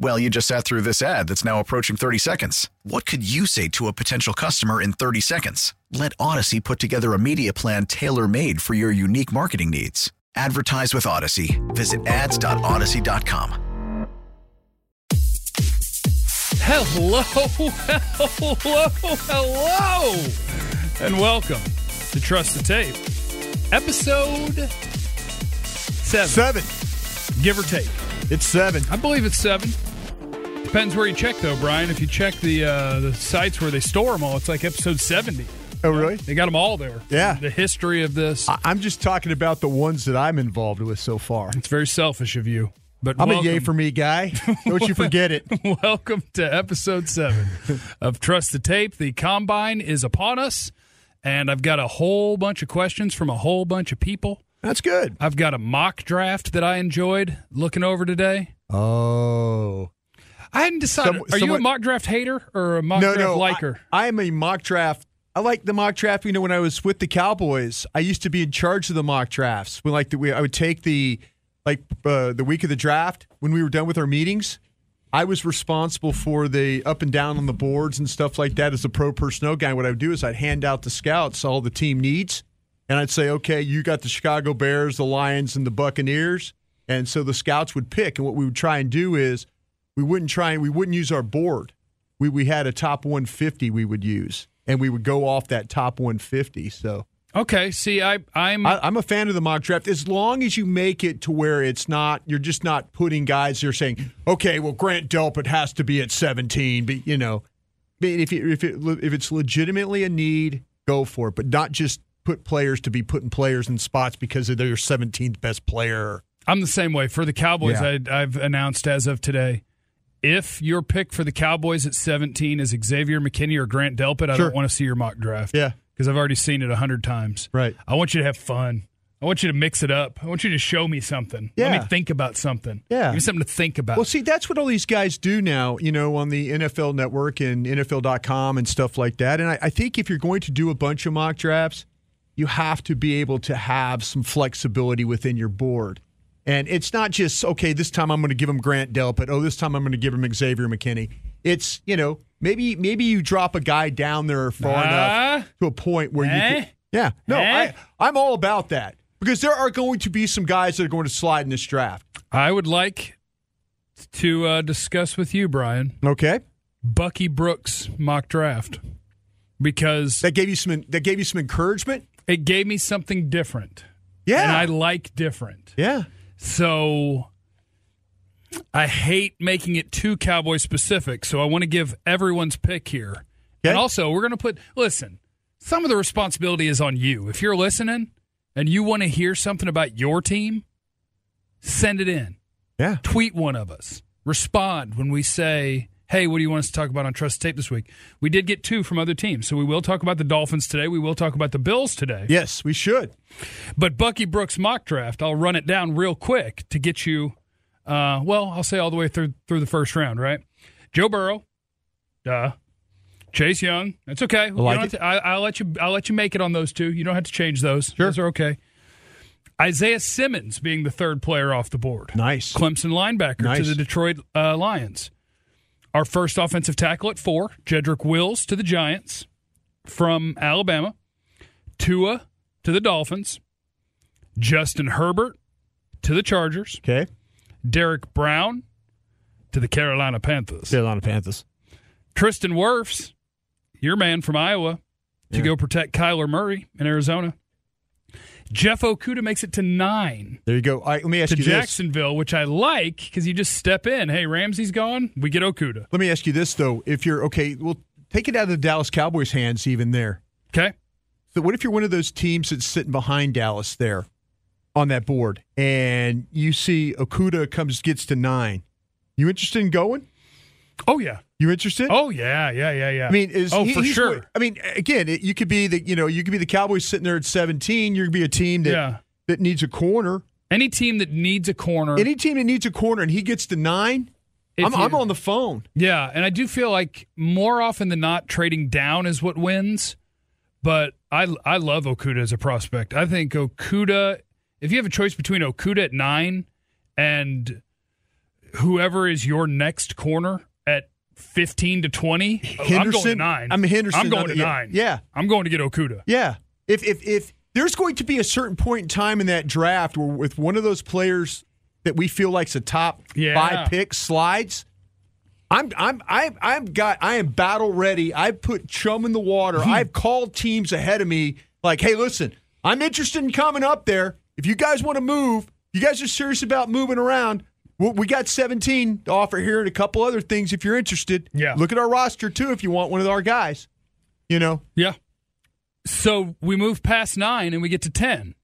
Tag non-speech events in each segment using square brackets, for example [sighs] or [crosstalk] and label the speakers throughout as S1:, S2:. S1: Well, you just sat through this ad that's now approaching 30 seconds. What could you say to a potential customer in 30 seconds? Let Odyssey put together a media plan tailor made for your unique marketing needs. Advertise with Odyssey. Visit ads.odyssey.com.
S2: Hello, hello, hello, and welcome to Trust the Tape, episode seven,
S3: Seven.
S2: give or take.
S3: It's seven.
S2: I believe it's seven. Depends where you check, though, Brian. If you check the uh, the sites where they store them all, it's like episode seventy.
S3: Oh, really?
S2: They got them all there.
S3: Yeah.
S2: The history of this.
S3: I- I'm just talking about the ones that I'm involved with so far.
S2: It's very selfish of you, but
S3: I'm
S2: welcome.
S3: a yay for me guy. Don't you forget it.
S2: [laughs] Welcome to episode seven of Trust the Tape. The combine is upon us, and I've got a whole bunch of questions from a whole bunch of people.
S3: That's good.
S2: I've got a mock draft that I enjoyed looking over today.
S3: Oh.
S2: I hadn't decided. are
S3: Some-
S2: you a
S3: somewhat-
S2: mock draft hater or a mock
S3: no,
S2: draft
S3: no.
S2: liker?
S3: I, am a mock draft. I like the mock draft. You know, when I was with the Cowboys, I used to be in charge of the mock drafts. When like the, we, I would take the like uh, the week of the draft when we were done with our meetings. I was responsible for the up and down on the boards and stuff like that as a pro personnel guy. What I would do is I'd hand out the scouts all the team needs, and I'd say, okay, you got the Chicago Bears, the Lions, and the Buccaneers. And so the scouts would pick, and what we would try and do is we wouldn't try and we wouldn't use our board. We we had a top 150 we would use, and we would go off that top 150. So
S2: okay. See, I I'm
S3: I, I'm a fan of the mock draft as long as you make it to where it's not you're just not putting guys you're saying okay well Grant Delpit has to be at 17, but you know, I mean, if you, if it, if it's legitimately a need, go for it, but not just put players to be putting players in spots because they're your 17th best player.
S2: I'm the same way for the Cowboys.
S3: Yeah.
S2: I, I've announced as of today. If your pick for the Cowboys at 17 is Xavier McKinney or Grant Delpit, I
S3: Sure.
S2: don't want to see your mock draft.
S3: Yeah.
S2: because I've already seen it a hundred times.
S3: Right.
S2: I want you to have fun. I want you to mix it up. I want you to show me something. Let
S3: Yeah.
S2: me think about something.
S3: Yeah.
S2: Give me something to think about.
S3: Well, see, that's what all these guys do now, you know, on the NFL network and NFL.com and stuff like that. And I, I think if you're going to do a bunch of mock drafts, you have to be able to have some flexibility within your board. And it's not just, okay, this time I'm going to give him Grant Delpit. Oh, this time I'm going to give him Xavier McKinney. It's, you know, maybe maybe you drop a guy down there far
S2: Ah.
S3: enough to a point where
S2: Eh?
S3: you can, yeah, no,
S2: Eh?
S3: I, I'm all about that because there are going to be some guys that are going to slide in this draft.
S2: I would like to uh, discuss with you, Brian,
S3: Okay.
S2: Bucky Brooks mock draft because
S3: that gave you some that gave you some encouragement.
S2: it gave me something different. And I like different.
S3: yeah.
S2: So I hate making it too cowboy specific. So I want to give everyone's pick here.
S3: Okay.
S2: And also, we're going to put, listen, some of the responsibility is on you. If you're listening and you want to hear something about your team, send it in.
S3: Yeah.
S2: Tweet one of us. Respond when we say, hey, what do you want us to talk about on Trust Tape this week? We did get two from other teams. So we will talk about the Dolphins today. We will talk about the Bills today.
S3: Yes, we should.
S2: But Bucky Brooks mock draft, I'll run it down real quick to get you. Uh, well, I'll say all the way through through the first round, right? Joe Burrow, duh. Chase Young, that's okay. You don't
S3: like
S2: have
S3: it.
S2: to- I I'll let you. I'll let you make it on those two. You don't have to change those.
S3: Sure.
S2: Those are okay. Isaiah Simmons being the third player off the board.
S3: Nice.
S2: Clemson linebacker to
S3: Nice.
S2: the Detroit uh, Lions. Our first offensive tackle at four, Jedrick Wills to the Giants from Alabama. Tua to the Dolphins. Justin Herbert to the Chargers.
S3: Okay.
S2: Derek Brown to the Carolina Panthers.
S3: Carolina Panthers.
S2: Tristan Wirfs, your man from Iowa, to go protect Kyler Murray in Arizona. Jeff Okuda makes it to nine
S3: There you go. All right, let me ask
S2: to
S3: you this.
S2: Jacksonville, which I like because you just step in. Hey, Ramsey's gone. We get Okuda.
S3: Let me ask you this though. If you're okay, well, take it out of the Dallas Cowboys' hands even there.
S2: Okay.
S3: So what if you're one of those teams that's sitting behind Dallas there on that board, and you see Okuda comes gets to nine? You interested in going?
S2: Oh, yeah.
S3: You interested?
S2: Oh, yeah. Yeah, yeah, yeah.
S3: I mean, is
S2: oh,
S3: he-
S2: for
S3: he's-
S2: sure.
S3: I mean, again, it, you could be the you know you could be the Cowboys sitting there at seventeen. You could be a team that
S2: Yeah.
S3: that needs a corner.
S2: Any team that needs a corner.
S3: Any team that needs a corner and he gets to nine,
S2: If
S3: I'm, I'm
S2: you-
S3: on the phone.
S2: Yeah, and I do feel like more often than not, trading down is what wins. But I I love Okuda as a prospect. I think Okuda. If you have a choice between Okuda at nine and whoever is your next corner at fifteen to twenty, I'm going to
S3: Henderson?
S2: nine.
S3: I'm Henderson
S2: I'm going
S3: on
S2: to
S3: the- yeah,
S2: nine.
S3: yeah.
S2: I'm going to get Okuda.
S3: Yeah. If if if there's going to be a certain point in time in that draft where with one of those players that we feel like's a top
S2: Yeah.
S3: five pick slides, I'm I'm I'm I'm got I am battle ready. I've put chum in the water.
S2: Hmm.
S3: I've called teams ahead of me like, hey, listen, I'm interested in coming up there. If you guys want to move, if you guys are serious about moving around. we- We got 17 to offer here and a couple other things if you're interested.
S2: Yeah.
S3: Look at our roster too if you want one of our guys. You know,
S2: Yeah. So we move past nine and we get to 10.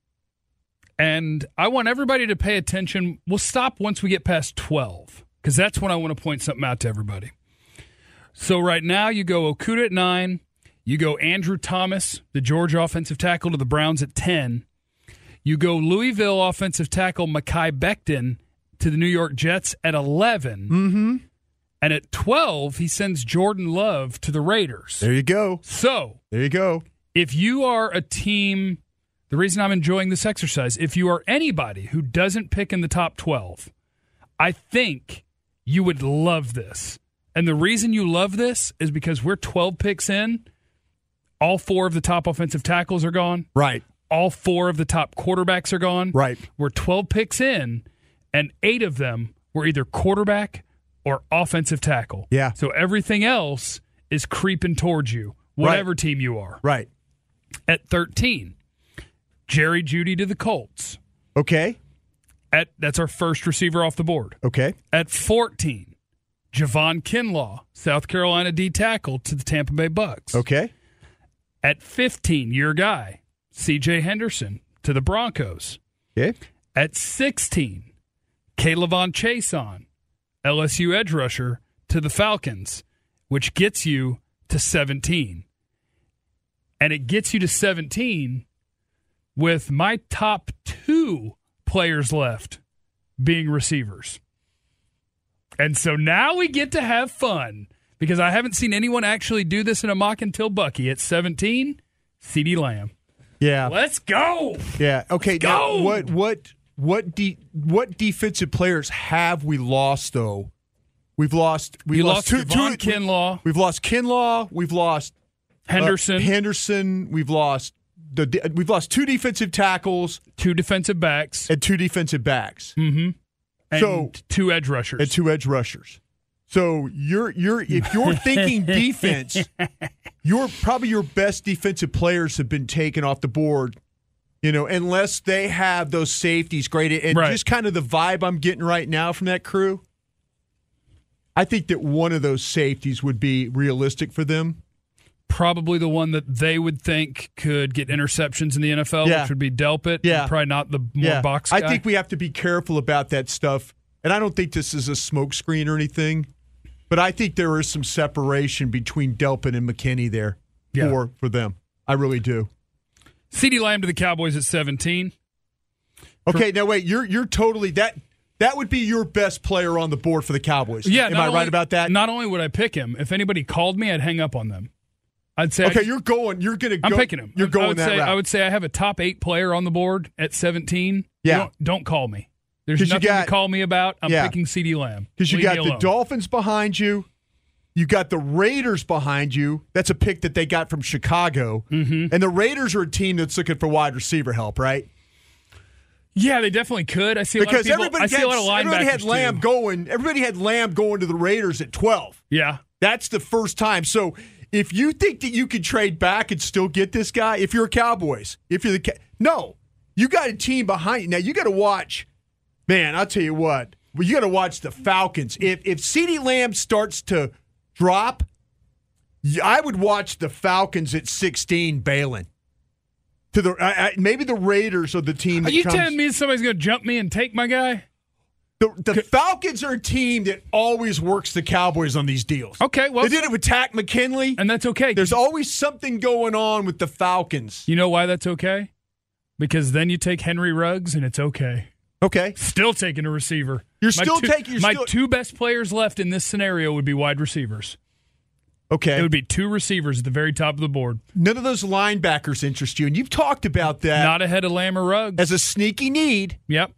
S2: And I want everybody to pay attention. We'll stop once we get past 12 because that's when I want to point something out to everybody. So right now, you go Okuda at nine. You go Andrew Thomas, the Georgia offensive tackle, to the Browns at 10. You go Louisville offensive tackle Makai Becton to the New York Jets at 11. Mm-hmm. And at 12, he sends Jordan Love to the Raiders.
S3: there you go.
S2: So
S3: There you go.
S2: if you are a team, the reason I'm enjoying this exercise, if you are anybody who doesn't pick in the top 12, I think you would love this. And the reason you love this is because we're 12 picks in. All four of the top offensive tackles are gone.
S3: Right.
S2: All four of the top quarterbacks are gone.
S3: Right.
S2: We're 12 picks in, and eight of them were either quarterback or offensive tackle.
S3: Yeah.
S2: So everything else is creeping towards you, whatever team you are
S3: Right.
S2: at 13. Jerry Judy to the Colts.
S3: Okay.
S2: At that's our first receiver off the board.
S3: Okay.
S2: At 14, Javon Kinlaw, South Carolina D tackle to the Tampa Bay Bucks.
S3: Okay.
S2: At 15, your guy, CJ Henderson to the Broncos.
S3: Okay.
S2: At 16, Kalevon Chason, LSU edge rusher to the Falcons, which gets you to 17. And it gets you to 17 with my top two players left being receivers. And so now we get to have fun because I haven't seen anyone actually do this in a mock until Bucky at 17, CD Lamb.
S3: Yeah.
S2: Let's go.
S3: Yeah. Okay. Now,
S2: go.
S3: what what what de- what defensive players have we lost though? We've lost. We
S2: You
S3: lost, uh,
S2: lost Javon Kinlaw.
S3: We've lost Kinlaw. We've lost uh,
S2: Henderson,
S3: Henderson. We've lost the. de- We've lost two defensive tackles
S2: two defensive backs,
S3: and two defensive backs
S2: and
S3: so-
S2: two edge rushers.
S3: and two edge rushers. So you're you're if you're thinking defense, your probably your best defensive players have been taken off the board, you know, unless they have those safeties graded and
S2: Right.
S3: just kind of the vibe I'm getting right now from that crew. I think that one of those safeties would be realistic for them.
S2: probably the one that they would think could get interceptions in the NFL,
S3: Yeah.
S2: which would be Delpit.
S3: Yeah.
S2: Probably not the more box guy.
S3: I think we have to be careful about that stuff. And I don't think this is a smokescreen or anything, but I think there is some separation between Delpin and McKinney there
S2: Yeah.
S3: for, for them. I really do.
S2: CeeDee Lamb to the Cowboys at 17.
S3: Okay, now wait, you're you're totally that that would be your best player on the board for the Cowboys.
S2: Yeah.
S3: Am
S2: not
S3: I
S2: only-
S3: right about that?
S2: Not only would I pick him, if anybody called me, I'd hang up on them. I'd say, I
S3: okay,
S2: just-
S3: you're going you're gonna
S2: I'm
S3: go,
S2: picking him.
S3: You're
S2: I-
S3: going
S2: I would
S3: that
S2: say,
S3: route.
S2: I would say I have a top eight player on the board at 17.
S3: Yeah.
S2: Don't, don't call me. There's
S3: 'Cause you
S2: nothing
S3: got-
S2: to call me about. I'm
S3: Yeah.
S2: picking CeeDee Lamb.
S3: Because you
S2: Leave
S3: got
S2: me
S3: the
S2: alone.
S3: Dolphins behind you. You got the Raiders behind you. That's a pick that they got from Chicago. Mm-hmm. And the Raiders are a team that's looking for wide receiver help, right?
S2: Yeah, they definitely could. I see a lot of
S3: Because
S2: people. I
S3: everybody,
S2: see
S3: had,
S2: a lot of linebackers.
S3: everybody had Lamb
S2: too.
S3: going. Everybody had Lamb going to the Raiders at 12.
S2: Yeah.
S3: That's the first time. So if you think that you could trade back and still get this guy, if you're a Cowboys, if you're the Ca- no, You got a team behind you. Now you got to watch. Man, I'll tell you what. Well, you got to watch the Falcons. If if Ceedee Lamb starts to drop, y- I would watch the Falcons at 16 bailing. To the I, I, maybe the Raiders are the team.
S2: Are
S3: That
S2: you
S3: comes-
S2: telling me somebody's going to jump me and take my guy?
S3: the, the Falcons are a team that always works the Cowboys on these deals?
S2: Okay, well,
S3: they did it with Tack McKinley.
S2: and that's okay.
S3: There's always something going on with the Falcons.
S2: you know why that's okay? Because then you take Henry Ruggs and it's okay.
S3: Okay.
S2: Still taking a receiver.
S3: You're
S2: My
S3: still
S2: two-
S3: taking- you're
S2: my
S3: still-
S2: two best players left in this scenario would be wide receivers.
S3: Okay.
S2: It would be two receivers at the very top of the board,
S3: None of those linebackers interest you, and you've talked about that
S2: not ahead of Lamb or Ruggs.
S3: as a sneaky need.
S2: Yep.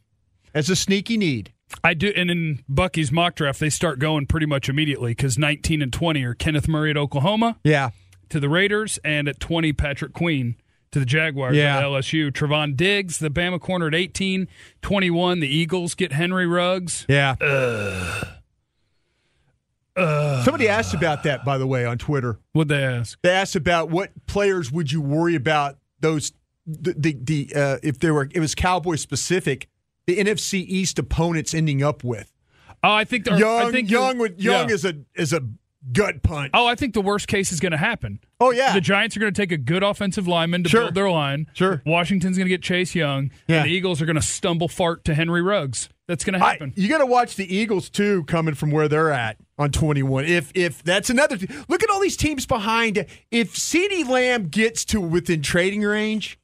S3: As a sneaky need.
S2: I do, and in Bucky's mock draft, they start going pretty much immediately because 19 and 20 are Kenneth Murray at Oklahoma
S3: Yeah.
S2: to the Raiders, and at 20 Patrick Queen to the Jaguars
S3: Yeah.
S2: at LSU. Travon Diggs, the Bama corner at 18, 21 the Eagles get Henry Ruggs.
S3: Yeah. Somebody asked about that, by the way, on Twitter.
S2: Would they ask?
S3: They asked about what players would you worry about those the the, the uh, if they were it was Cowboy specific, the NFC East opponents ending up with.
S2: Oh, I think they're-
S3: Young,
S2: I think
S3: young, with young
S2: yeah.
S3: is a is a gut punch.
S2: Oh, I think the worst case is going to happen.
S3: Oh, yeah.
S2: the Giants are going to take a good offensive lineman to
S3: Sure.
S2: build their line.
S3: Sure.
S2: Washington's going to get Chase Young.
S3: Yeah.
S2: And the Eagles are going to stumble fart to Henry Ruggs. That's going to
S3: I-
S2: happen.
S3: you got to watch the Eagles too, coming from where they're at on twenty one. If if that's another, t- look at all these teams behind. If Ceedee Lamb gets to within trading range,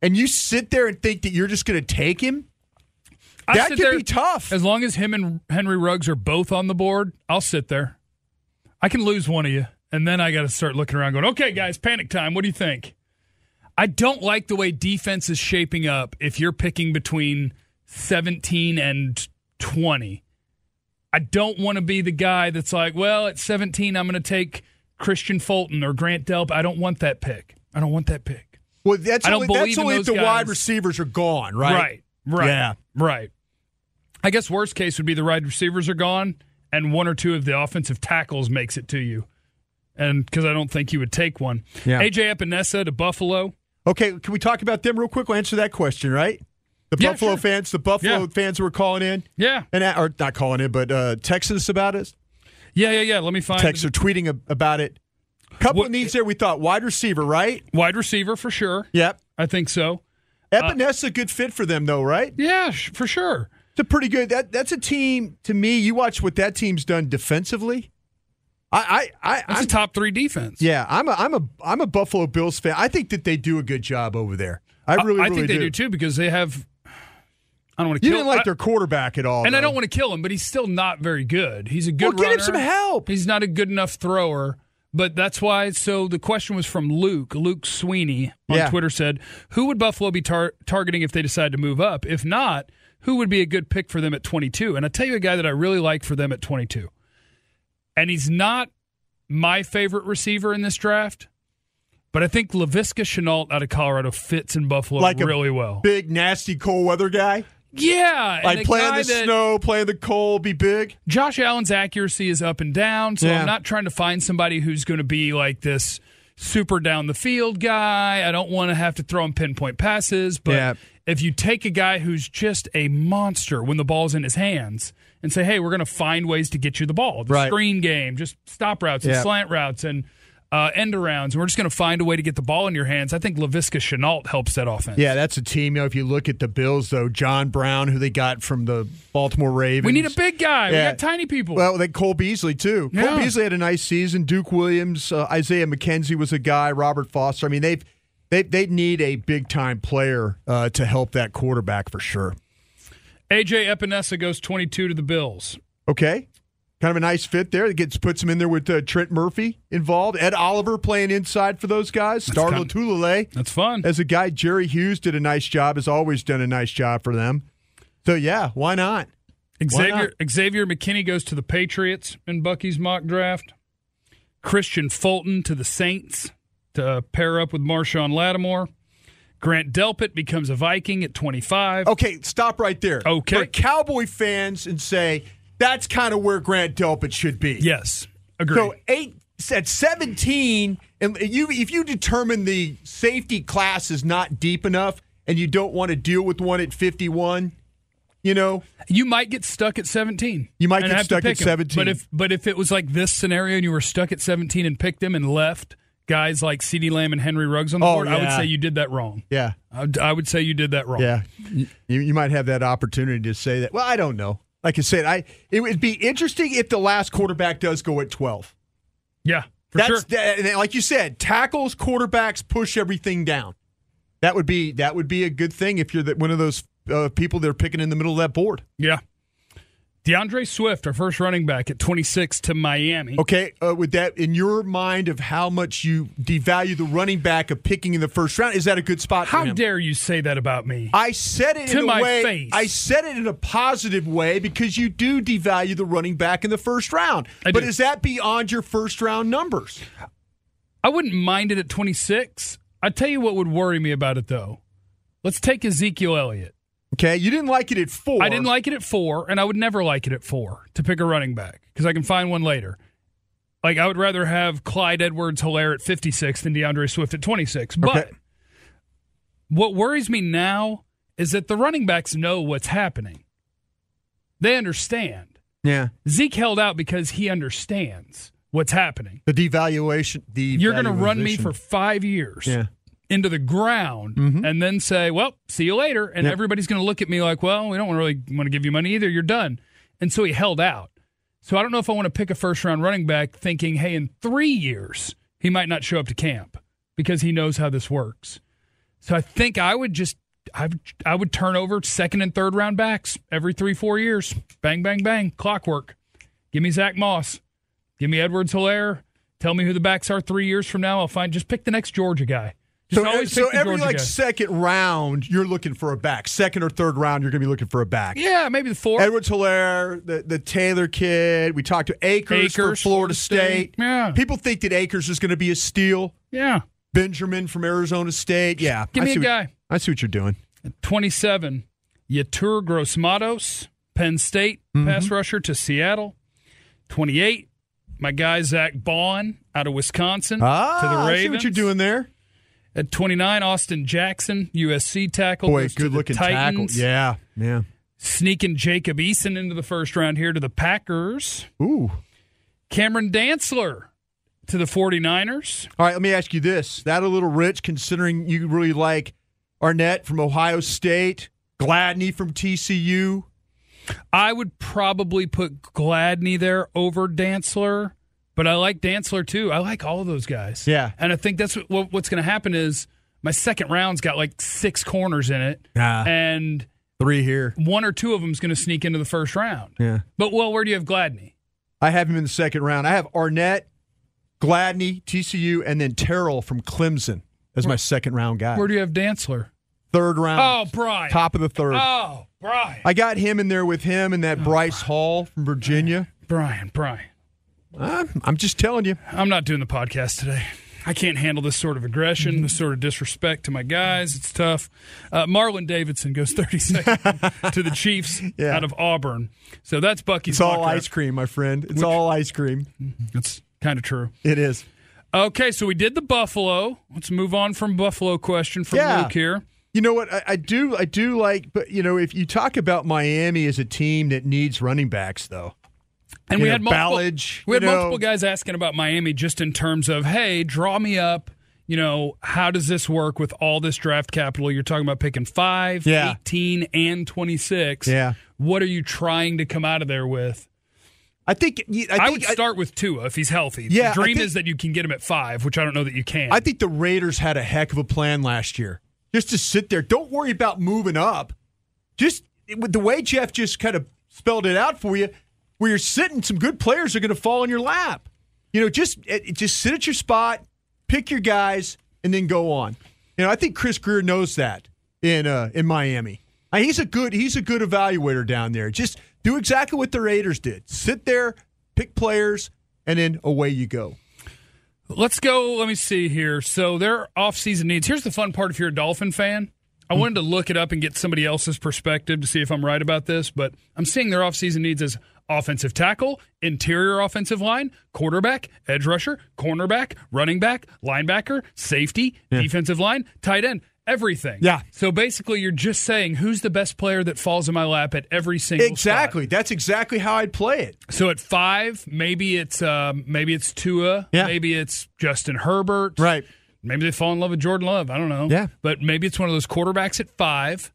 S3: and you sit there and think that you're just going to take him,
S2: I,
S3: that
S2: sit
S3: could
S2: there-
S3: be tough.
S2: As long as him and Henry Ruggs are both on the board, I'll sit there. I can lose one of you, and then I got to start looking around, going, "Okay, guys, panic time. What do you think?" I don't like the way defense is shaping up. If you're picking between 17 and 20, I don't want to be the guy that's like, "Well, at 17, I'm going to take Christian Fulton or Grant Delp." I don't want that pick. I don't want that pick.
S3: well, that's
S2: I don't
S3: only, that's
S2: believe in
S3: only if
S2: those
S3: the wide
S2: guys.
S3: receivers are gone, right?
S2: Right. Right.
S3: Yeah.
S2: Right. I guess worst case would be the wide receivers are gone and one or two of the offensive tackles makes it to you. And because I don't think you would take one.
S3: Yeah.
S2: AJ Epinesa to Buffalo.
S3: Okay, can we talk about them real quick? We'll answer that question, right? The
S2: Yeah,
S3: Buffalo
S2: sure.
S3: fans, the Buffalo
S2: Yeah.
S3: fans who were calling in,
S2: Yeah.
S3: and a- or not calling in, but uh, texting us about it.
S2: Yeah, yeah, yeah. Let me find
S3: Texts or tweeting ab- about it. Couple
S2: What-
S3: of needs there. We thought wide receiver, right?
S2: wide receiver for sure.
S3: Yep.
S2: I think so.
S3: Epinesa, a good fit for them though, right?
S2: Yeah, sh- for sure.
S3: It's a pretty good. That that's a team to me. You watch what that team's done defensively. I I I
S2: That's
S3: I'm-
S2: a top three defense.
S3: yeah. I'm a I'm a I'm a Buffalo Bills fan. I think that they do a good job over there. I really
S2: I, I
S3: really
S2: think they do. too because they have. I don't want to
S3: You
S2: kill
S3: didn't like
S2: I-
S3: their quarterback at all,
S2: And I
S3: though.
S2: don't want to kill him, but he's still not very good. He's a good
S3: Well, get him
S2: runner.
S3: some help.
S2: He's not a good enough thrower. But that's why. So the question was from Luke. Luke Sweeney on
S3: Yeah.
S2: Twitter said, "Who would Buffalo be tar- targeting if they decide to move up? If not, who would be a good pick for them at 22?" And I tell you a guy that I really like for them at 22, and he's not my favorite receiver in this draft, but I think Lavisca Chenault out of Colorado fits in Buffalo
S3: like a
S2: really well.
S3: Big nasty cold weather guy.
S2: yeah, and
S3: Like
S2: a
S3: playing
S2: guy
S3: the
S2: that-
S3: snow, playing the cold, be big.
S2: Josh Allen's accuracy is up and down, so
S3: Yeah.
S2: I'm not trying to find somebody who's going to be like this super down the field guy. I don't want to have to throw him pinpoint passes, but
S3: Yeah.
S2: if you take a guy who's just a monster when the ball's in his hands and say, "Hey, we're going to find ways to get you the ball," the
S3: Right.
S2: screen game, just stop routes
S3: Yeah.
S2: and slant routes and uh, end arounds, and we're just going to find a way to get the ball in your hands. I think Lavisca Chenault helps that offense.
S3: Yeah, that's a team. You know, if you look at the Bills, though, John Brown, who they got from the Baltimore Ravens,
S2: we need a big guy.
S3: Yeah.
S2: We got tiny people.
S3: Well, then Cole Beasley too. Cole
S2: Yeah.
S3: Beasley had a nice season. Duke Williams, uh, Isaiah McKenzie was a guy. Robert Foster. I mean, they've they they need a big time player uh, to help that quarterback for sure.
S2: AJ Epinesa goes 22 to the Bills.
S3: Okay, kind of a nice fit there. It gets puts him in there with uh, Trent Murphy involved. Ed Oliver playing inside for those guys. Starlo
S2: kind-
S3: Tulale
S2: That's fun.
S3: as a guy. Jerry Hughes did a nice job. Has always done a nice job for them. So yeah, why not?
S2: Xavier Xavier McKinney goes to the Patriots in Bucky's mock draft. Christian Fulton to the Saints to uh, pair up with Marshawn Lattimore. Grant Delpit becomes a Viking at 25.
S3: Okay, stop right there.
S2: Okay.
S3: For Cowboy fans and say that's kind of where Grant Delpit should be.
S2: Yes, agree.
S3: So eight at seventeen, and you if you determine the safety class is not deep enough, and you don't want to deal with one at 51, you know,
S2: You might get stuck at 17.
S3: You might
S2: and
S3: get
S2: have to
S3: stuck at
S2: pick 'em.
S3: 17.
S2: But if but if it was like this scenario and you were stuck at 17 and picked them and left guys like CeeDee Lamb and Henry Ruggs on the
S3: Oh,
S2: board, I would
S3: yeah.
S2: say you did that wrong.
S3: yeah,
S2: I would, I would say you did that wrong.
S3: yeah, you, you might have that opportunity to say that. Well, I don't know. Like I said, I it would be interesting if the last quarterback does go at 12.
S2: Yeah, for
S3: That's
S2: sure.
S3: that, and like you said, tackles, quarterbacks push everything down. That would be that would be a good thing if you're the, one of those uh, people that are picking in the middle of that board.
S2: yeah. DeAndre Swift, our first running back at 26 to Miami.
S3: Okay, uh, with that in your mind of how much you devalue the running back of picking in the first round, is that a good spot? for
S2: How
S3: him?
S2: dare you say that about me?
S3: I said it
S2: To
S3: in a
S2: my
S3: way.
S2: face.
S3: I said it in a positive way because you do devalue the running back in the first round.
S2: I
S3: but
S2: do.
S3: is that beyond your first round numbers?
S2: I wouldn't mind it at 26. I tell you what would worry me about it though. Let's take Ezekiel Elliott.
S3: Okay, you didn't like it at four.
S2: I didn't like it at four, and I would never like it at four to pick a running back because I can find one later. Like I would rather have Clyde Edwards Hilaire at 56 than DeAndre Swift at 26. But
S3: Okay.
S2: what worries me now is that the running backs know what's happening. They understand.
S3: Yeah,
S2: Zeke held out because he understands what's happening.
S3: the devaluation. The
S2: You're going to run me for five years
S3: yeah.
S2: into the ground and then say, "Well, see you later," and everybody's going to look at me like, "Well, we don't really want to give you money either. You're done." And so he held out. So I don't know if I want to pick a first round running back, thinking, "Hey, in three years he might not show up to camp because he knows how this works." So I think I would just. I would- I would turn over second and third round backs every three, four years. Bang, bang, bang. Clockwork. Give me Zach Moss. Give me Edwards Hilaire. Tell me who the backs are three years from now. I'll find. Just pick the next Georgia guy. Just
S3: So, e-
S2: always
S3: so
S2: pick the
S3: every
S2: Georgia
S3: like
S2: guy.
S3: second round, you're looking for a back. Second or third round, you're going to be looking for a back.
S2: yeah, maybe the four.
S3: Edwards Hilaire, the, the Taylor kid. We talked to Akers,
S2: Akers,
S3: from Florida
S2: Florida
S3: State.
S2: State. Yeah.
S3: People think that Akers is going to be a steal.
S2: yeah,
S3: Benjamin from Arizona State. Yeah.
S2: Give
S3: I
S2: me
S3: see
S2: a
S3: what-
S2: guy.
S3: I see what you're doing.
S2: twenty-seven. Yatur Grossmatos, Penn State
S3: Mm-hmm.
S2: pass rusher to Seattle. Twenty-eight. My guy Zach Bond out of Wisconsin
S3: Ah,
S2: to the Ravens.
S3: I see what you're doing there.
S2: At twenty-nine, Austin Jackson, USC tackle.
S3: Boy,
S2: goes to the
S3: good looking tackle.
S2: Titans.
S3: Yeah. Yeah.
S2: Sneaking Jacob Eason into the first round here to the Packers.
S3: Ooh.
S2: Cameron Dantzler to the 49ers.
S3: All right, let me ask you this. That a little rich considering you really like Arnett from Ohio State, Gladney from TCU.
S2: I would probably put Gladney there over Dantzler, but I like Dantzler too. I like all of those guys.
S3: Yeah.
S2: And I think that's what, what's going to happen is my second round's got like six corners in it,
S3: Ah.
S2: and
S3: Three here.
S2: one or two of them's going to sneak into the first round.
S3: Yeah.
S2: But, well, where do you have Gladney?
S3: I have him in the second round. I have Arnett, Gladney, TCU, and then Terrell from Clemson as my second round guy.
S2: Where do you have Dantzler?
S3: Third
S2: Oh,
S3: round.
S2: Brian.
S3: Ah. Um, Top of the third.
S2: Oh, Brian.
S3: I got him in there with him and that Bryce Hall from Virginia.
S2: Brian, Brian.
S3: I'm, I'm just telling you.
S2: I'm not doing the podcast today. I can't handle this sort of
S3: Mm-hmm.
S2: aggression, this sort of disrespect to my guys. It's tough. Uh, Marlon Davidson goes
S3: [laughs]
S2: 32nd to the Chiefs
S3: Yeah.
S2: out of Auburn. So that's Bucky's.
S3: It's all
S2: mock draft.
S3: ice cream, my friend. It's all ice cream.
S2: That's kind of true.
S3: It is.
S2: Okay, so we did the Buffalo. Let's move on from Buffalo question from
S3: Yeah.
S2: Luke here.
S3: You know what? I, I do I do like but you know, if you talk about Miami as a team that needs running backs though.
S2: And
S3: You
S2: we
S3: know,
S2: had multiple,
S3: Ballage,
S2: we had
S3: you know.
S2: multiple guys asking about Miami just in terms of, hey, draw me up. You know, how does this work with all this draft capital? You're talking about picking five,
S3: Yeah.
S2: 18, and 26.
S3: Yeah.
S2: What are you trying to come out of there with?
S3: I think I, think,
S2: I, would start with Tua if he's healthy.
S3: Yeah, I
S2: the dream
S3: think-
S2: is that you can get him at five, which I don't know that you can.
S3: I think the Raiders had a heck of a plan last year. Just to sit there. Don't worry about moving up. Just with the way Jeff just kind of spelled it out for you, where you're sitting, some good players are going to fall in your lap. You know, just it- it- just sit at your spot, pick your guys, and then go on. You know, I think Chris Greer knows that in uh, in Miami. Uh, He's a good he's a good evaluator down there. Just do exactly what the Raiders did. Sit there, pick players, and then away you go.
S2: Let's go. Let me see here. So their offseason needs. Here's the fun part if you're a Dolphin fan. I wanted to look it up and get somebody else's perspective to see if I'm right about this, but I'm seeing their offseason needs as offensive tackle, interior offensive line, quarterback, edge rusher, cornerback, running back, linebacker, safety, defensive line, tight end. everything.
S3: Yeah.
S2: So basically, you're just saying who's the best player that falls in my lap at every single
S3: Exactly. That's exactly how I'd play it.
S2: spot. So at five, maybe it's um, maybe it's Tua.
S3: Yeah.
S2: Maybe it's Justin Herbert.
S3: Right.
S2: Maybe they fall in love with Jordan Love. I don't know.
S3: Yeah.
S2: But maybe it's one of those quarterbacks at five,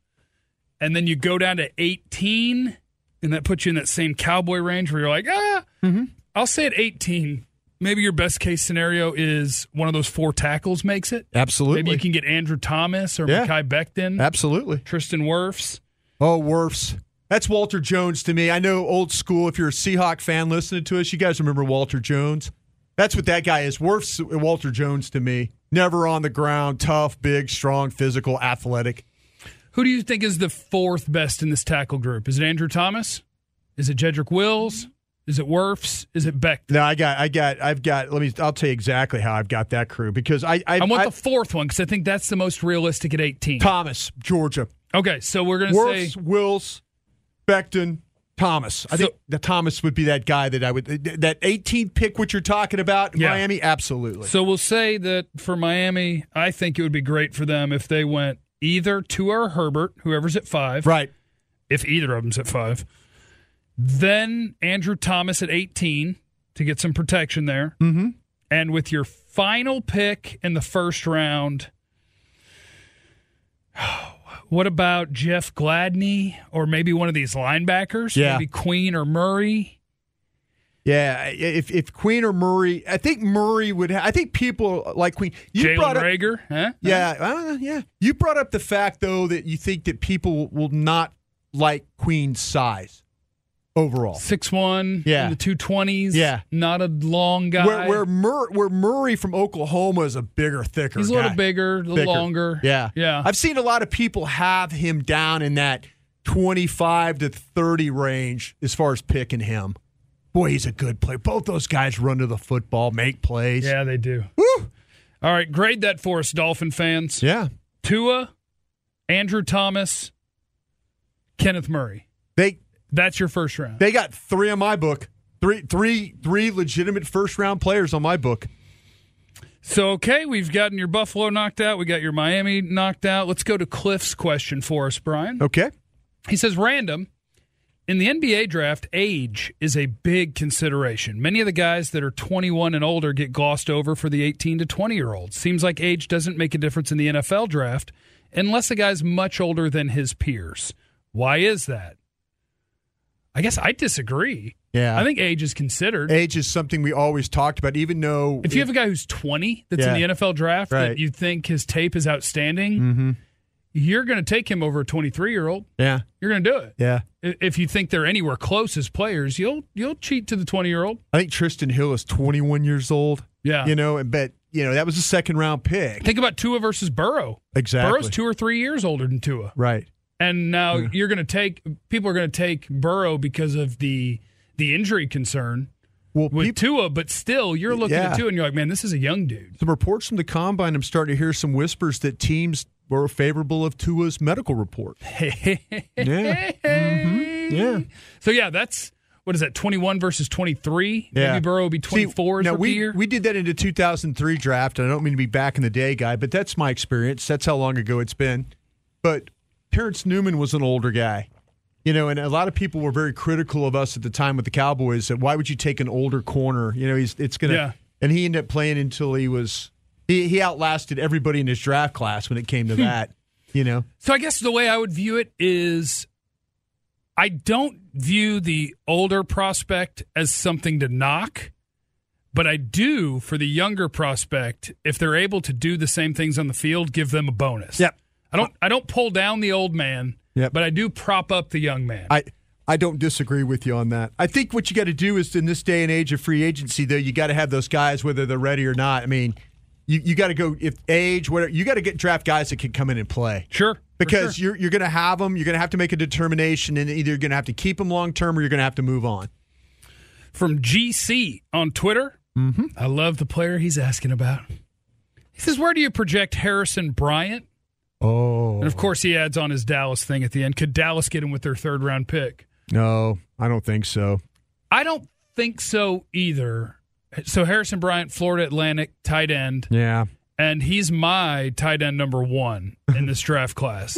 S2: and then you go down to eighteen, and that puts you in that same cowboy range where you're like, ah,
S3: Mm-hmm.
S2: I'll say at eighteen. Maybe your best case scenario is one of those four tackles makes it.
S3: Absolutely.
S2: Maybe you can get Andrew Thomas or
S3: Yeah.
S2: Mekhi Becton,
S3: Absolutely.
S2: Tristan Wirfs.
S3: Oh, Werfs. That's Walter Jones to me. I know old school. If you're a Seahawk fan listening to us, you guys remember Walter Jones. That's what that guy is. Werfs Walter Jones to me. Never on the ground, tough, big, strong, physical, athletic.
S2: Who do you think is the fourth best in this tackle group? Is it Andrew Thomas? Is it Jedrick Wills? Is it Werfs? Is it Beck?
S3: No, I got, I got, I've got. Let me. I'll tell you exactly how I've got that crew because I, I,
S2: I want
S3: I-
S2: the fourth one because I think that's the most realistic at 18.
S3: Thomas Georgia.
S2: Okay, so we're going to
S3: Wirfs,
S2: say
S3: Wills, Becton, Thomas. I
S2: So-
S3: think the Thomas would be that guy that I would that 18th pick. What you're talking about,
S2: Yeah.
S3: Miami, absolutely.
S2: so we'll say that for Miami, I think it would be great for them if they went either Tua or Herbert, whoever's at 5.
S3: right.
S2: if either of them's at five. Then Andrew Thomas at 18 to get some protection there. Mm-hmm. And with your final pick in the first round, [sighs] what about Jeff Gladney or maybe one of these linebackers?
S3: Yeah.
S2: Maybe Queen or Murray?
S3: Yeah, i- if if Queen or Murray, I think Murray would. Ha- I think people like Queen. You
S2: Jalen
S3: brought up,
S2: Rager? Huh?
S3: yeah, uh, yeah. You brought up the fact though that you think that people will not like Queen's size overall.
S2: 6'1,
S3: Yeah.
S2: in the 220s.
S3: Yeah.
S2: Not a long guy.
S3: Where where, Mur- where Murray from Oklahoma is a bigger, thicker.
S2: He's a little
S3: guy.
S2: bigger, a little
S3: Thicker.
S2: longer.
S3: Yeah,
S2: Yeah.
S3: I've seen a lot of people have him down in that twenty-five to thirty range as far as picking him. Boy, he's a good player. Both those guys run to the football, make plays.
S2: yeah, they do.
S3: Woo!
S2: All right, grade that for us, Dolphin fans.
S3: Yeah.
S2: Tua, Andrew Thomas, Kenneth Murray.
S3: They
S2: That's your first round.
S3: they got three on my book. Three three three legitimate first round players on my book.
S2: So, okay, we've gotten your Buffalo knocked out. We got your Miami knocked out. Let's go to Cliff's question for us, Brian.
S3: Okay.
S2: He says, random. In the NBA draft, age is a big consideration. Many of the guys that are 21 and older get glossed over for the 18 to 20 year olds. Seems like age doesn't make a difference in the NFL draft unless a guy's much older than his peers. Why is that? I guess I disagree.
S3: Yeah.
S2: I think age is considered.
S3: Age is something we always talked about, even though
S2: If you have a guy who's 20 that's
S3: Yeah.
S2: in the NFL draft
S3: Right. Mm-hmm.
S2: that you think his tape is outstanding, you're going to take him over a 23 year old.
S3: Yeah.
S2: You're going to do it
S3: Yeah.
S2: i- if you think they're anywhere close as players, you'll you'll cheat to the twenty year old.
S3: I think Tristan Hill is twenty one years old.
S2: Yeah.
S3: You know, and but you know, that was a second round pick.
S2: Think about Tua versus Burrow.
S3: Exactly.
S2: Burrow's two or three years older than Tua,
S3: Right.
S2: and now you're going to take people are going to take Burrow because of the the injury concern
S3: Well
S2: with
S3: peop-
S2: Tua, but still you're looking
S3: Yeah.
S2: at Tua and you're like, man, this is a young dude. [laughs]
S3: some reports from the combine, I'm starting to hear some whispers that teams were favorable of Tua's medical report. [laughs] yeah. Mm-hmm. Yeah.
S2: So yeah, that's what is that twenty one versus twenty three?
S3: Yeah.
S2: Maybe Burrow will be twenty
S3: See,
S2: four
S3: now
S2: rookie
S3: we,
S2: year.
S3: We did that into 2003 draft. And I don't mean to be back in the day guy, but that's my experience. That's how long ago it's been. But Terrence Newman was an older guy. You know, and a lot of people were very critical of us at the time with the Cowboys that why would you take an older corner? You know, he's it's gonna
S2: Yeah.
S3: and he ended up playing until he was he, he outlasted everybody in his draft class when it came to
S2: Hmm.
S3: that. You know?
S2: So I guess the way I would view it is I don't view the older prospect as something to knock, but I do for the younger prospect if they're able to do the same things on the field, give them a bonus.
S3: Yep.
S2: I don't I don't pull down the old man,
S3: Yep.
S2: but I do prop up the young man.
S3: I I don't disagree with you on that. I think what you got to do is in this day and age of free agency, though, you got to have those guys whether they're ready or not. I mean, you, you got to go if age, whatever. You got to get draft guys that can come in and play.
S2: sure. for
S3: Because
S2: sure.
S3: you're you're going to have them, you're going to have to make a determination, and either you're going to have to keep them long term or you're going to have to move on.
S2: from GC on Twitter. Mm-hmm. I love the player he's asking about. He says, Where do you project Harrison Bryant?
S3: Oh
S2: And of course, he adds on his Dallas thing at the end. Could Dallas get him with their third round pick?
S3: no, I don't think so.
S2: I don't think so either. So Harrison Bryant, Florida Atlantic tight end,
S3: Yeah,
S2: and he's my tight end number one in this draft
S3: [laughs]
S2: class.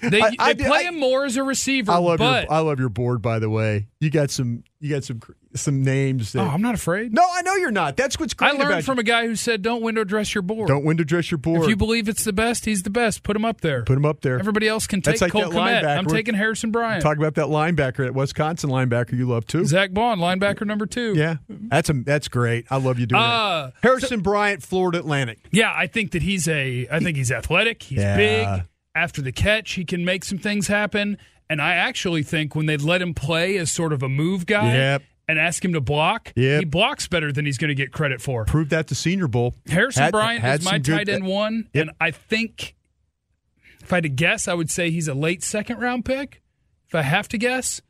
S2: They,
S3: I- I
S2: they
S3: do-
S2: play
S3: I-
S2: him more as a receiver,
S3: I love
S2: but
S3: your I love your board by the way. You got some you got some cr- some names. That,
S2: oh, I'm not afraid.
S3: no, I know you're not. That's what's great
S2: I learned
S3: about
S2: from a guy who said, "Don't window dress your board.
S3: you. Don't window dress your board.
S2: If you believe it's the best, he's the best. Put him up there.
S3: Put him up there.
S2: Everybody else can take
S3: That's like
S2: Cole
S3: that
S2: Komet.
S3: linebacker.
S2: I'm taking Harrison [laughs] Bryant.
S3: Talk about that linebacker, that Wisconsin linebacker you love too.
S2: Zach Bond, linebacker number two.
S3: yeah, that's a that's great. I love you doing
S2: Uh,
S3: that. Harrison Bryant, Florida Atlantic.
S2: Yeah, I think that he's a. I think he's athletic. He's
S3: Yeah.
S2: big. After the catch, he can make some things happen. And I actually think when they let him play as sort of a move guy
S3: Yep.
S2: and ask him to block,
S3: Yep.
S2: he blocks better than he's going to get credit for.
S3: Proved that to Senior Bowl.
S2: Harrison
S3: Had-
S2: Bryant
S3: had
S2: is
S3: some
S2: my
S3: good-
S2: tight end one,
S3: Yep.
S2: and I think if I had to guess, I would say he's a late second round pick. If I have to guess,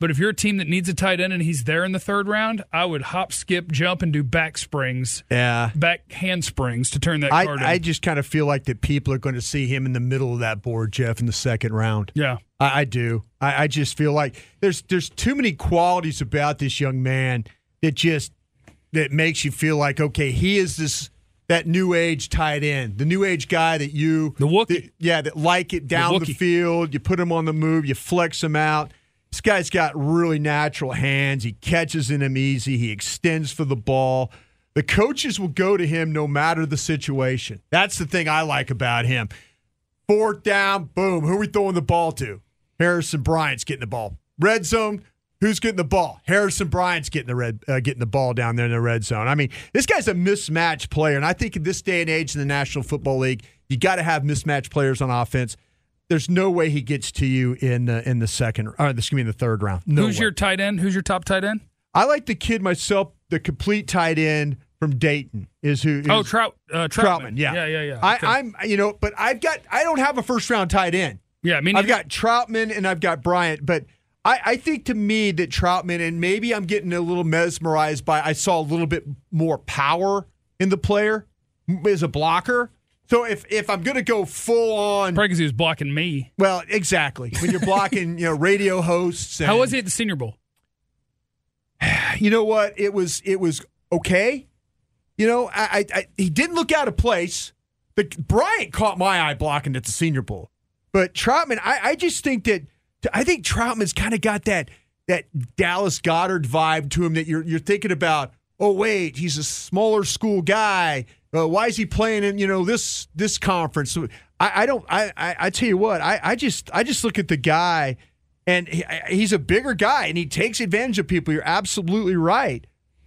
S2: but if you're a team that needs a tight end and he's there in the third round, I would hop, skip, jump, and do back springs,
S3: Yeah,
S2: back hand springs to turn that
S3: I,
S2: card in.
S3: I just kind of feel like that people are going to see him in the middle of that board, Jeff, in the second round.
S2: yeah,
S3: I, I do. I, I just feel like there's there's too many qualities about this young man that just that makes you feel like okay, he is this that new age tight end, the new age guy that you
S2: The Wookiee.
S3: that- yeah, that like it down the,
S2: Wookiee.
S3: field. You put him on the move, you flex him out. This guy's got really natural hands. He catches in him easy. He extends for the ball. The coaches will go to him no matter the situation. That's the thing I like about him. Fourth down, boom. Who are we throwing the ball to? Harrison Bryant's getting the ball. Red zone. Who's getting the ball? Harrison Bryant's getting the red, uh, getting the ball down there in the red zone. I mean, this guy's a mismatch player, and I think in this day and age in the National Football League, you got to have mismatch players on offense. There's no way he gets to you in uh, in the second, or excuse me, in the third round. No
S2: who's
S3: way.
S2: your tight end? Who's your top tight end?
S3: I like the kid myself, the complete tight end from Dayton is who. Is,
S2: oh, Trout, uh, Troutman.
S3: Troutman. Yeah,
S2: yeah, yeah, yeah. Okay.
S3: I, I'm, you know, but I've got, I don't have a first round tight end.
S2: yeah. I mean,
S3: I've got Troutman and I've got Bryant, but I, I think to me that Troutman and maybe I'm getting a little mesmerized by I saw a little bit more power in the player m- as a blocker. So if if I'm going to go full on,
S2: probably because he was blocking me.
S3: well, exactly when you're blocking, you know, radio hosts. And,
S2: How was he at the Senior Bowl?
S3: You know what? It was it was okay. You know, I, I, I he didn't look out of place. The Bryant caught my eye blocking at the Senior Bowl, but Troutman, I, I just think that I think Troutman's kind of got that that Dallas Goddard vibe to him that you're you're thinking about. Oh wait, he's a smaller school guy. Uh, why is he playing in you know this this conference? I, I don't. I, I I tell you what. I I just I just look at the guy, and he, I- he's a bigger guy, and he takes advantage of people. You're absolutely right.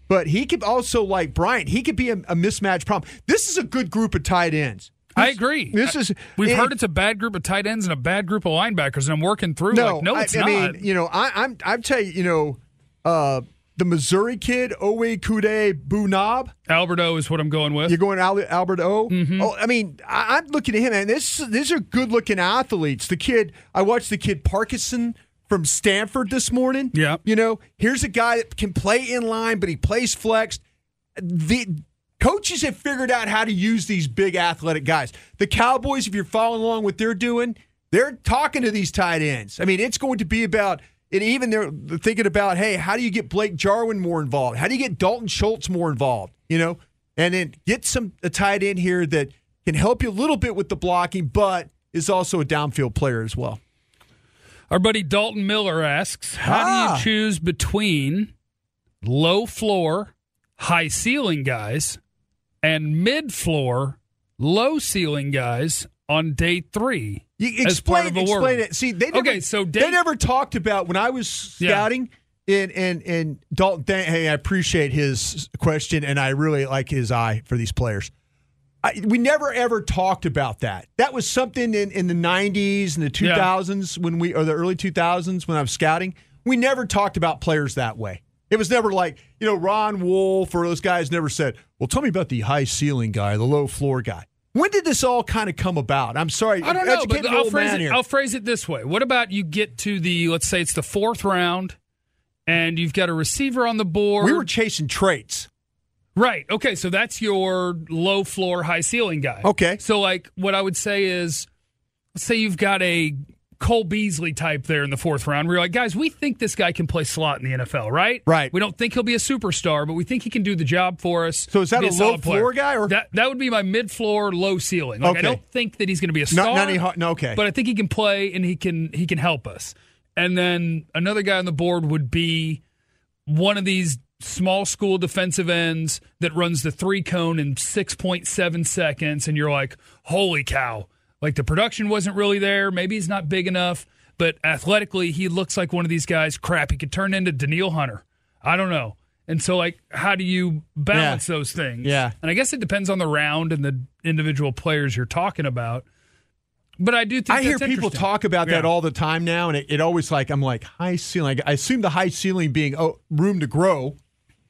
S3: But he could also, like Bryant, he could be a, a mismatch problem. This is a good group of tight ends.
S2: I
S3: This-
S2: agree.
S3: This is
S2: We've
S3: it-
S2: heard it's a bad group of tight ends and a bad group of linebackers, and I'm working through. like, no,
S3: I-
S2: it's
S3: I,
S2: not.
S3: mean, you know, I, I'm I'm telling you, you know, uh, the Missouri kid Owe Kude Bunab.
S2: Alberto is what I'm going with.
S3: You're going Al- Albert O.
S2: Mm-hmm.
S3: Oh, I mean, I, I'm looking at him, and this these are good looking athletes. The kid I watched the kid Parkinson from Stanford this morning.
S2: Yeah.
S3: you know, here's a guy that can play in line, but he plays flexed. The coaches have figured out how to use these big athletic guys. The Cowboys, if you're following along what they're doing, they're talking to these tight ends. I mean, it's going to be about. And even they're thinking about, hey, how do you get Blake Jarwin more involved? How do you get Dalton Schultz more involved? You know, and then get some a tight end here that can help you a little bit with the blocking, but is also a downfield player as well.
S2: Our buddy Dalton Miller asks, how do
S3: Ah.
S2: you choose between low floor, high ceiling guys and mid floor, low ceiling guys on day three?
S3: You
S2: as part
S3: explain
S2: of a
S3: explain
S2: world?
S3: it. See, they never,
S2: Okay, so
S3: they
S2: Dave-
S3: never talked about when I was
S2: Yeah.
S3: scouting. And and and Dalton, th- hey, I appreciate his question, and I really like his eye for these players. I, we never ever talked about that. That was something in, in the '90s and the
S2: Yeah.
S3: 2000s when we or the early 2000s when I was scouting. We never talked about players that way. It was never like you know Ron Wolf or those guys never said, "Well, tell me about the high ceiling guy, the low floor guy." When did this all kind of come about? I'm sorry,
S2: I don't know, but
S3: educate the
S2: I'll
S3: old
S2: phrase
S3: man
S2: it.
S3: here.
S2: I'll phrase it this way: What about you get to the, let's say it's the fourth round, and you've got a receiver on the board?
S3: we were chasing traits.
S2: Right. Okay. So that's your low floor, high ceiling guy.
S3: Okay.
S2: So, like, what I would say is let's say you've got a Cole Beasley type there in the fourth round. We We're like, guys, we think this guy can play slot in the NFL, right?
S3: Right.
S2: We don't think he'll be a superstar, but we think he can do the job for us.
S3: So is that
S2: Be
S3: a
S2: solid
S3: low floor guy or-
S2: that? That would be my mid floor, low ceiling. Like, I
S3: Okay.
S2: don't think that he's going to be a
S3: Not-
S2: star.
S3: not any ho- no, okay.
S2: But I think he can play and he can he can help us. And then another guy on the board would be one of these small school defensive ends that runs the three cone in 6.7 seconds and you're like holy cow like the production wasn't really there maybe he's not big enough but athletically he looks like one of these guys crap he could turn into Daniil Hunter I don't know and so like how do you balance
S3: Yeah.
S2: those things
S3: Yeah.
S2: and I guess it depends on the round and the individual players you're talking about but I do think
S3: I hear
S2: that's
S3: people
S2: interesting.
S3: talk about that
S2: Yeah.
S3: all the time now, and it, it always like I'm like high ceiling. I assume the high ceiling being oh, room to grow,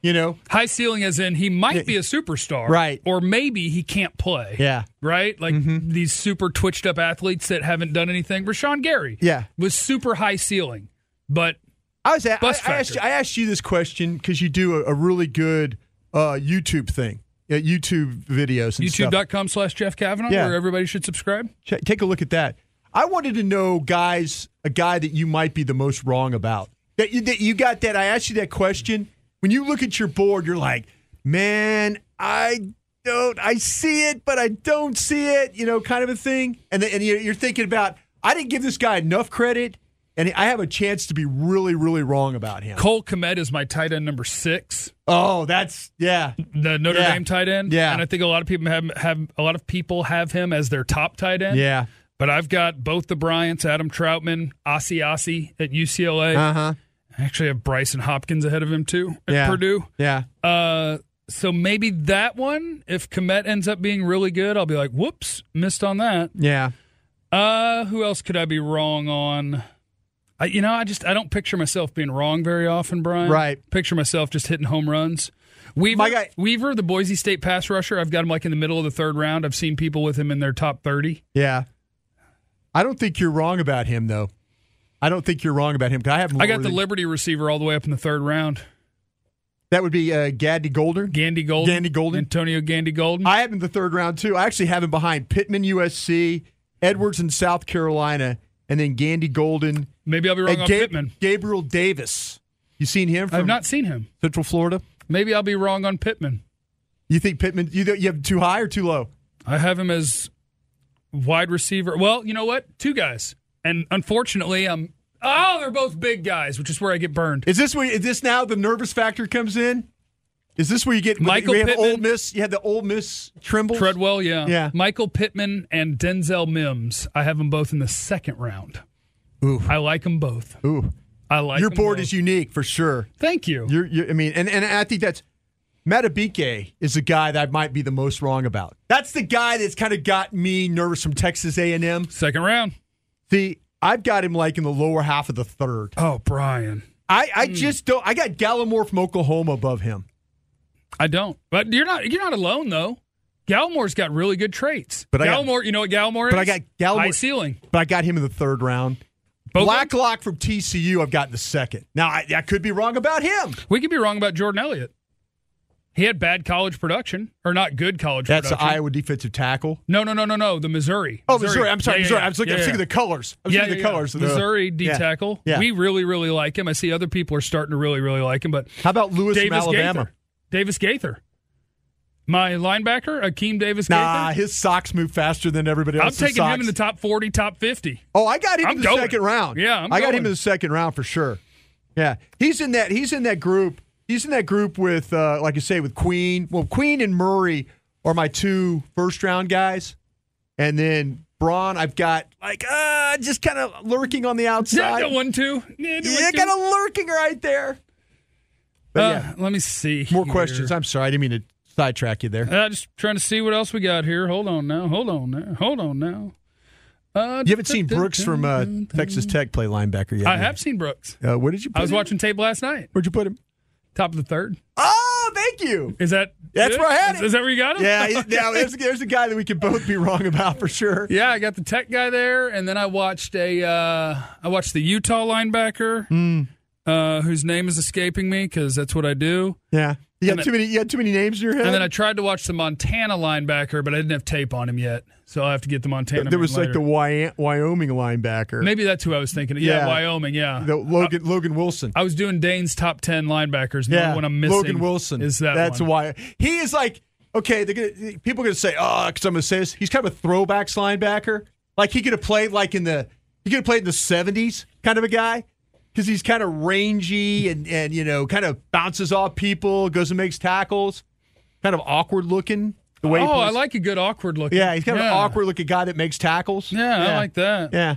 S3: you know.
S2: High ceiling, as in he might be a superstar,
S3: Right.
S2: Or maybe he can't play,
S3: Yeah. Mm-hmm.
S2: right. Like these super twitched up athletes that haven't done anything. Rashawn Gary,
S3: Yeah.
S2: was super high ceiling, but
S3: I was at, I,
S2: Bus
S3: I asked you,
S2: factor.
S3: I asked you this question because you do a, a really good uh, YouTube thing, uh, YouTube videos. And stuff.
S2: YouTube.com slash Jeff Kavanaugh,
S3: Yeah.
S2: where everybody should subscribe.
S3: Check, take a look at that. I wanted to know, guys, a guy that you might be the most wrong about. That you, that you got that. I asked you that question. When you look at your board, you're like, man, I don't, I see it, but I don't see it, you know, kind of a thing. And, then, and you're you're thinking about, I didn't give this guy enough credit, and I have a chance to be really, really wrong about him.
S2: Cole Komet is my tight end number six,
S3: Oh, that's, yeah.
S2: the Notre
S3: Yeah.
S2: Dame tight end.
S3: Yeah.
S2: and I think a lot of people have have a lot of people have him as their top tight end.
S3: Yeah.
S2: But I've got both the Bryants, Adam Troutman, Ossie Ossie at UCLA.
S3: Uh huh.
S2: I actually have Bryson Hopkins ahead of him too at
S3: Yeah.
S2: Purdue.
S3: Yeah.
S2: Uh, so maybe that one, if Komet ends up being really good, I'll be like, whoops, missed on that.
S3: Yeah.
S2: Uh, who else could I be wrong on? I, you know, I just I don't picture myself being wrong very often, Brian.
S3: Right.
S2: Picture myself just hitting home runs. Weaver,
S3: My guy-
S2: Weaver, the Boise State pass rusher. I've got him like in the middle of the third round. I've seen people with him in their top thirty.
S3: Yeah. I don't think you're wrong about him, though. I don't think you're wrong about him. 'cause I have.
S2: I
S3: lower
S2: got the
S3: than-
S2: Liberty receiver all the way up in the third round.
S3: That would be uh, Gaddy Golder.
S2: Gandy Golden.
S3: Gandy Golden.
S2: Antonio Gandy Golden.
S3: I have him in the third round too. I actually have him behind Pittman, USC, Edwards in South Carolina, and then Gandy Golden
S2: Maybe I'll be wrong
S3: and
S2: on
S3: Ga-
S2: Pittman.
S3: Gabriel Davis. You seen him from
S2: I've not seen him.
S3: Central Florida?
S2: Maybe I'll be wrong on Pittman.
S3: You think Pittman? You, th- you have him too high or too low?
S2: I have him as wide receiver. Well, you know what? Two guys. And unfortunately, I'm oh, they're both big guys, which is where I get burned.
S3: Is this where? Is this now the nervous factor comes in? Is this where you get
S2: Michael
S3: We have
S2: Pittman.
S3: Ole Miss. You had the Ole Miss Trimble.
S2: Treadwell, yeah.
S3: Yeah.
S2: Michael Pittman and Denzel Mims. I have them both in the second round.
S3: Ooh.
S2: I like them both.
S3: Ooh.
S2: I like
S3: Your
S2: them
S3: board
S2: both.
S3: is unique for sure.
S2: Thank you.
S3: You're, you're, I mean, and, and I think that's Matabike is the guy that I might be the most wrong about. That's the guy that's kind of got me nervous from Texas A&M.
S2: second round.
S3: See, I've got him like in the lower half of the third.
S2: Oh, Brian.
S3: I,
S2: Hmm.
S3: I just don't. I got Gallimore from Oklahoma above him.
S2: I don't. But you're not you're not alone though. Gallmore's got really good traits.
S3: But I got-
S2: Gallimore, you know what Gallimore is?
S3: But I got Gallimore-
S2: High ceiling.
S3: But I got him in the third round.
S2: Both
S3: Blacklock from TCU, I've got in the second. Now I, I could be wrong about him.
S2: We could be wrong about Jordan Elliott. He had bad college production, or not good college
S3: That's the
S2: production.
S3: Iowa defensive tackle.
S2: No, no, no, no, no. The Missouri.
S3: Oh, Missouri. I'm sorry,
S2: Yeah,
S3: Missouri.
S2: yeah,
S3: I was looking.
S2: yeah,
S3: I was thinking
S2: yeah.
S3: of the colors. I was
S2: yeah,
S3: thinking of the
S2: yeah, yeah.
S3: colors. of the-
S2: Missouri D
S3: Yeah.
S2: tackle.
S3: Yeah.
S2: We really, really like him. I see other people are starting to really, really like him. But
S3: How about Lewis
S2: Davis
S3: from Alabama?
S2: Gaither. Davis Gaither. My linebacker, Akeem Davis
S3: Nah,
S2: Gaither.
S3: his socks move faster than everybody
S2: I'm
S3: else's.
S2: taking
S3: socks.
S2: him in the top 40, top 50.
S3: Oh, I got him
S2: I'm
S3: in the
S2: going.
S3: second round.
S2: Yeah, I'm
S3: I got
S2: going.
S3: him in the second round for sure. Yeah, he's in that. He's in that group. He's in that group with, uh, like you say, with Queen. Well, Queen and Murray are my two first round guys, and then Braun. I've got like uh, just kind of lurking on the
S2: Yeah,
S3: outside.
S2: I got one, too. Yeah, I got
S3: yeah
S2: one, too.
S3: kind of lurking right there. But yeah,
S2: Uh, Let me see.
S3: more
S2: here.
S3: questions. I'm sorry, I didn't mean to sidetrack you there.
S2: Uh, just trying to see what else we got here. Hold on now. Hold on now. Hold on now. Uh,
S3: You haven't seen Brooks from uh, Texas Tech play linebacker yet.
S2: I
S3: have
S2: have seen Brooks.
S3: Uh, where did you? Put
S2: I was
S3: him?
S2: watching tape last night.
S3: Where'd you put him?
S2: Top of the third.
S3: Oh, thank you.
S2: Is that?
S3: That's
S2: it?
S3: where I had
S2: Is,
S3: it.
S2: is that where you got him? [laughs]
S3: Yeah, he's- now there's, there's a guy that we could both be wrong about for sure.
S2: Yeah, I got the tech guy there, and then I watched a uh, I watched the
S3: Hmm.
S2: Utah linebacker, uh, whose name is escaping me because that's what I do.
S3: Yeah, You
S2: And
S3: had too many. You had too many names in your head.
S2: And then I tried to watch the Montana linebacker, but I didn't have tape on him yet, so I'll have to get the Montana.
S3: there
S2: man
S3: was like
S2: later.
S3: the Wya- Wyoming linebacker,
S2: maybe that's who I was thinking. of. Yeah,
S3: Yeah.
S2: Wyoming. Yeah,
S3: the Logan Logan Wilson.
S2: I was doing Dane's top ten linebackers. and the
S3: yeah,
S2: one I'm missing.
S3: Logan Wilson.
S2: is that?
S3: That's
S2: one.
S3: why he is like okay. They're gonna, people are gonna say oh, because I'm gonna say this. He's kind of a throwbacks linebacker. Like he could have played like in the he could have played in the '70s kind of a guy because he's kind of rangy and and you know kind of bounces off people, goes and makes tackles. Kind of awkward looking the way. he
S2: Oh, I
S3: plays.
S2: like a good awkward look.
S3: Yeah, he's kind of an awkward looking guy that makes tackles.
S2: Yeah, I like that.
S3: Yeah.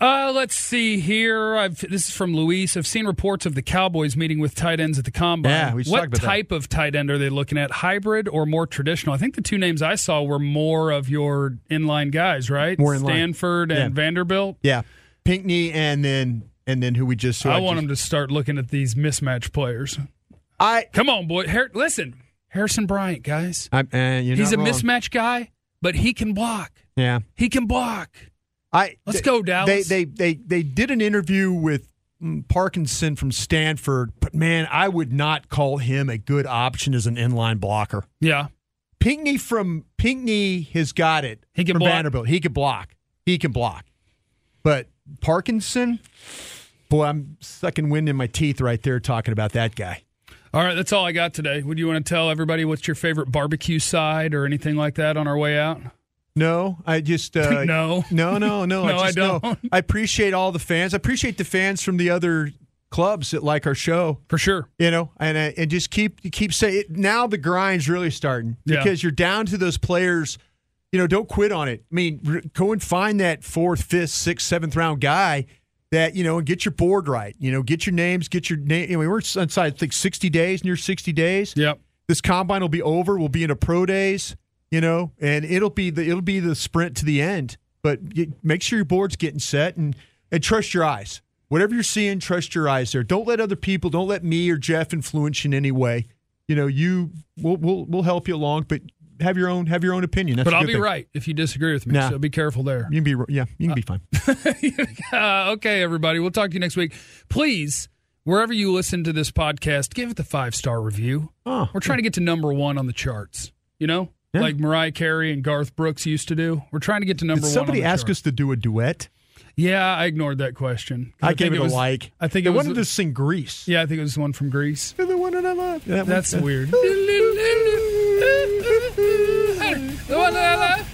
S2: Uh, let's see here. I've, this is from Luis. I've seen reports of the Cowboys meeting with tight ends at the combine.
S3: Yeah, we just
S2: what
S3: talked about that.
S2: type of tight end are they looking at? Hybrid or more traditional? I think the two names I saw were more of your inline guys, right?
S3: More inline.
S2: Stanford and
S3: Yeah.
S2: Vanderbilt.
S3: Yeah. Pinkney and then and then who we just
S2: I want them to start looking at these mismatch players.
S3: I
S2: Come on, boy. Har- listen, Harrison Bryant, guys.
S3: I uh, you're
S2: He's a
S3: not wrong.
S2: mismatch guy, but he can block.
S3: Yeah.
S2: He can block.
S3: I
S2: Let's
S3: they-
S2: go, Dallas.
S3: They they they they did an interview with mm, Parkinson from Stanford, but man, I would not call him a good option as an inline blocker.
S2: Yeah.
S3: Pinkney from Pinkney has got it.
S2: He can
S3: from
S2: block.
S3: Vanderbilt. He can block. He can block. But Parkinson, boy, I'm sucking wind in my teeth right there talking about that guy.
S2: All right, that's all I got today. Would you want to tell everybody what's your favorite barbecue side or anything like that on our way out?
S3: No, I just
S2: [laughs]
S3: uh,
S2: No.
S3: no, no, no.
S2: [laughs] No, I
S3: just know.
S2: don't.
S3: I appreciate all the fans. I appreciate the fans from the other clubs that like our show.
S2: For sure.
S3: You know, and I- and just keep you keep saying now the grind's really starting
S2: Yeah.
S3: because you're down to those players. You know, don't quit on it. I mean, r- go and find that fourth, fifth, sixth, seventh round guy that you know, and get your board right. You know, get your names, get your name. You know, we're inside, I think, sixty days, near sixty days
S2: Yep.
S3: this combine will be over. We'll be in a pro days, you know, and it'll be the it'll be the sprint to the end. But you, make sure your board's getting set and and trust your eyes. Whatever you're seeing, trust your eyes there. Don't let other people, don't let me or Jeff influence you in any way. You know, you we'll we'll, we'll help you along, but have your own have your own opinion. That's
S2: But
S3: a
S2: I'll
S3: good
S2: be
S3: thing.
S2: right if you disagree with me.
S3: Nah.
S2: So be careful there.
S3: You can be ri- yeah, you can be fine.
S2: [laughs] uh, okay, everybody. We'll talk to you next week. Please, wherever you listen to this podcast, give it the five star review.
S3: Oh,
S2: We're trying to get to number one on the charts, you know,
S3: Yeah.
S2: like Mariah Carey and Garth Brooks used to do. We're trying to get to
S3: Did
S2: number one.
S3: somebody
S2: on the
S3: ask
S2: charts.
S3: us to do a duet?
S2: Yeah, I ignored that question.
S3: I,
S2: think
S3: gave it,
S2: was,
S3: a like.
S2: I think
S3: they
S2: it was.
S3: wanted to sing Grease.
S2: yeah, I think it was one from Greece.
S3: You're the one that I love. That one-
S2: That's
S3: that- [laughs]
S2: weird. Bye,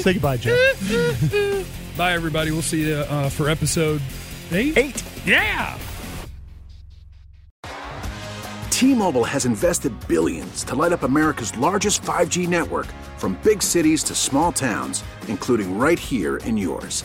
S3: Say goodbye, Jeff.
S2: everybody. We'll see you uh, for episode eight.
S3: Eight.
S2: Yeah.
S4: T-Mobile has invested billions to light up America's largest 5G network from big cities to small towns, including right here in yours.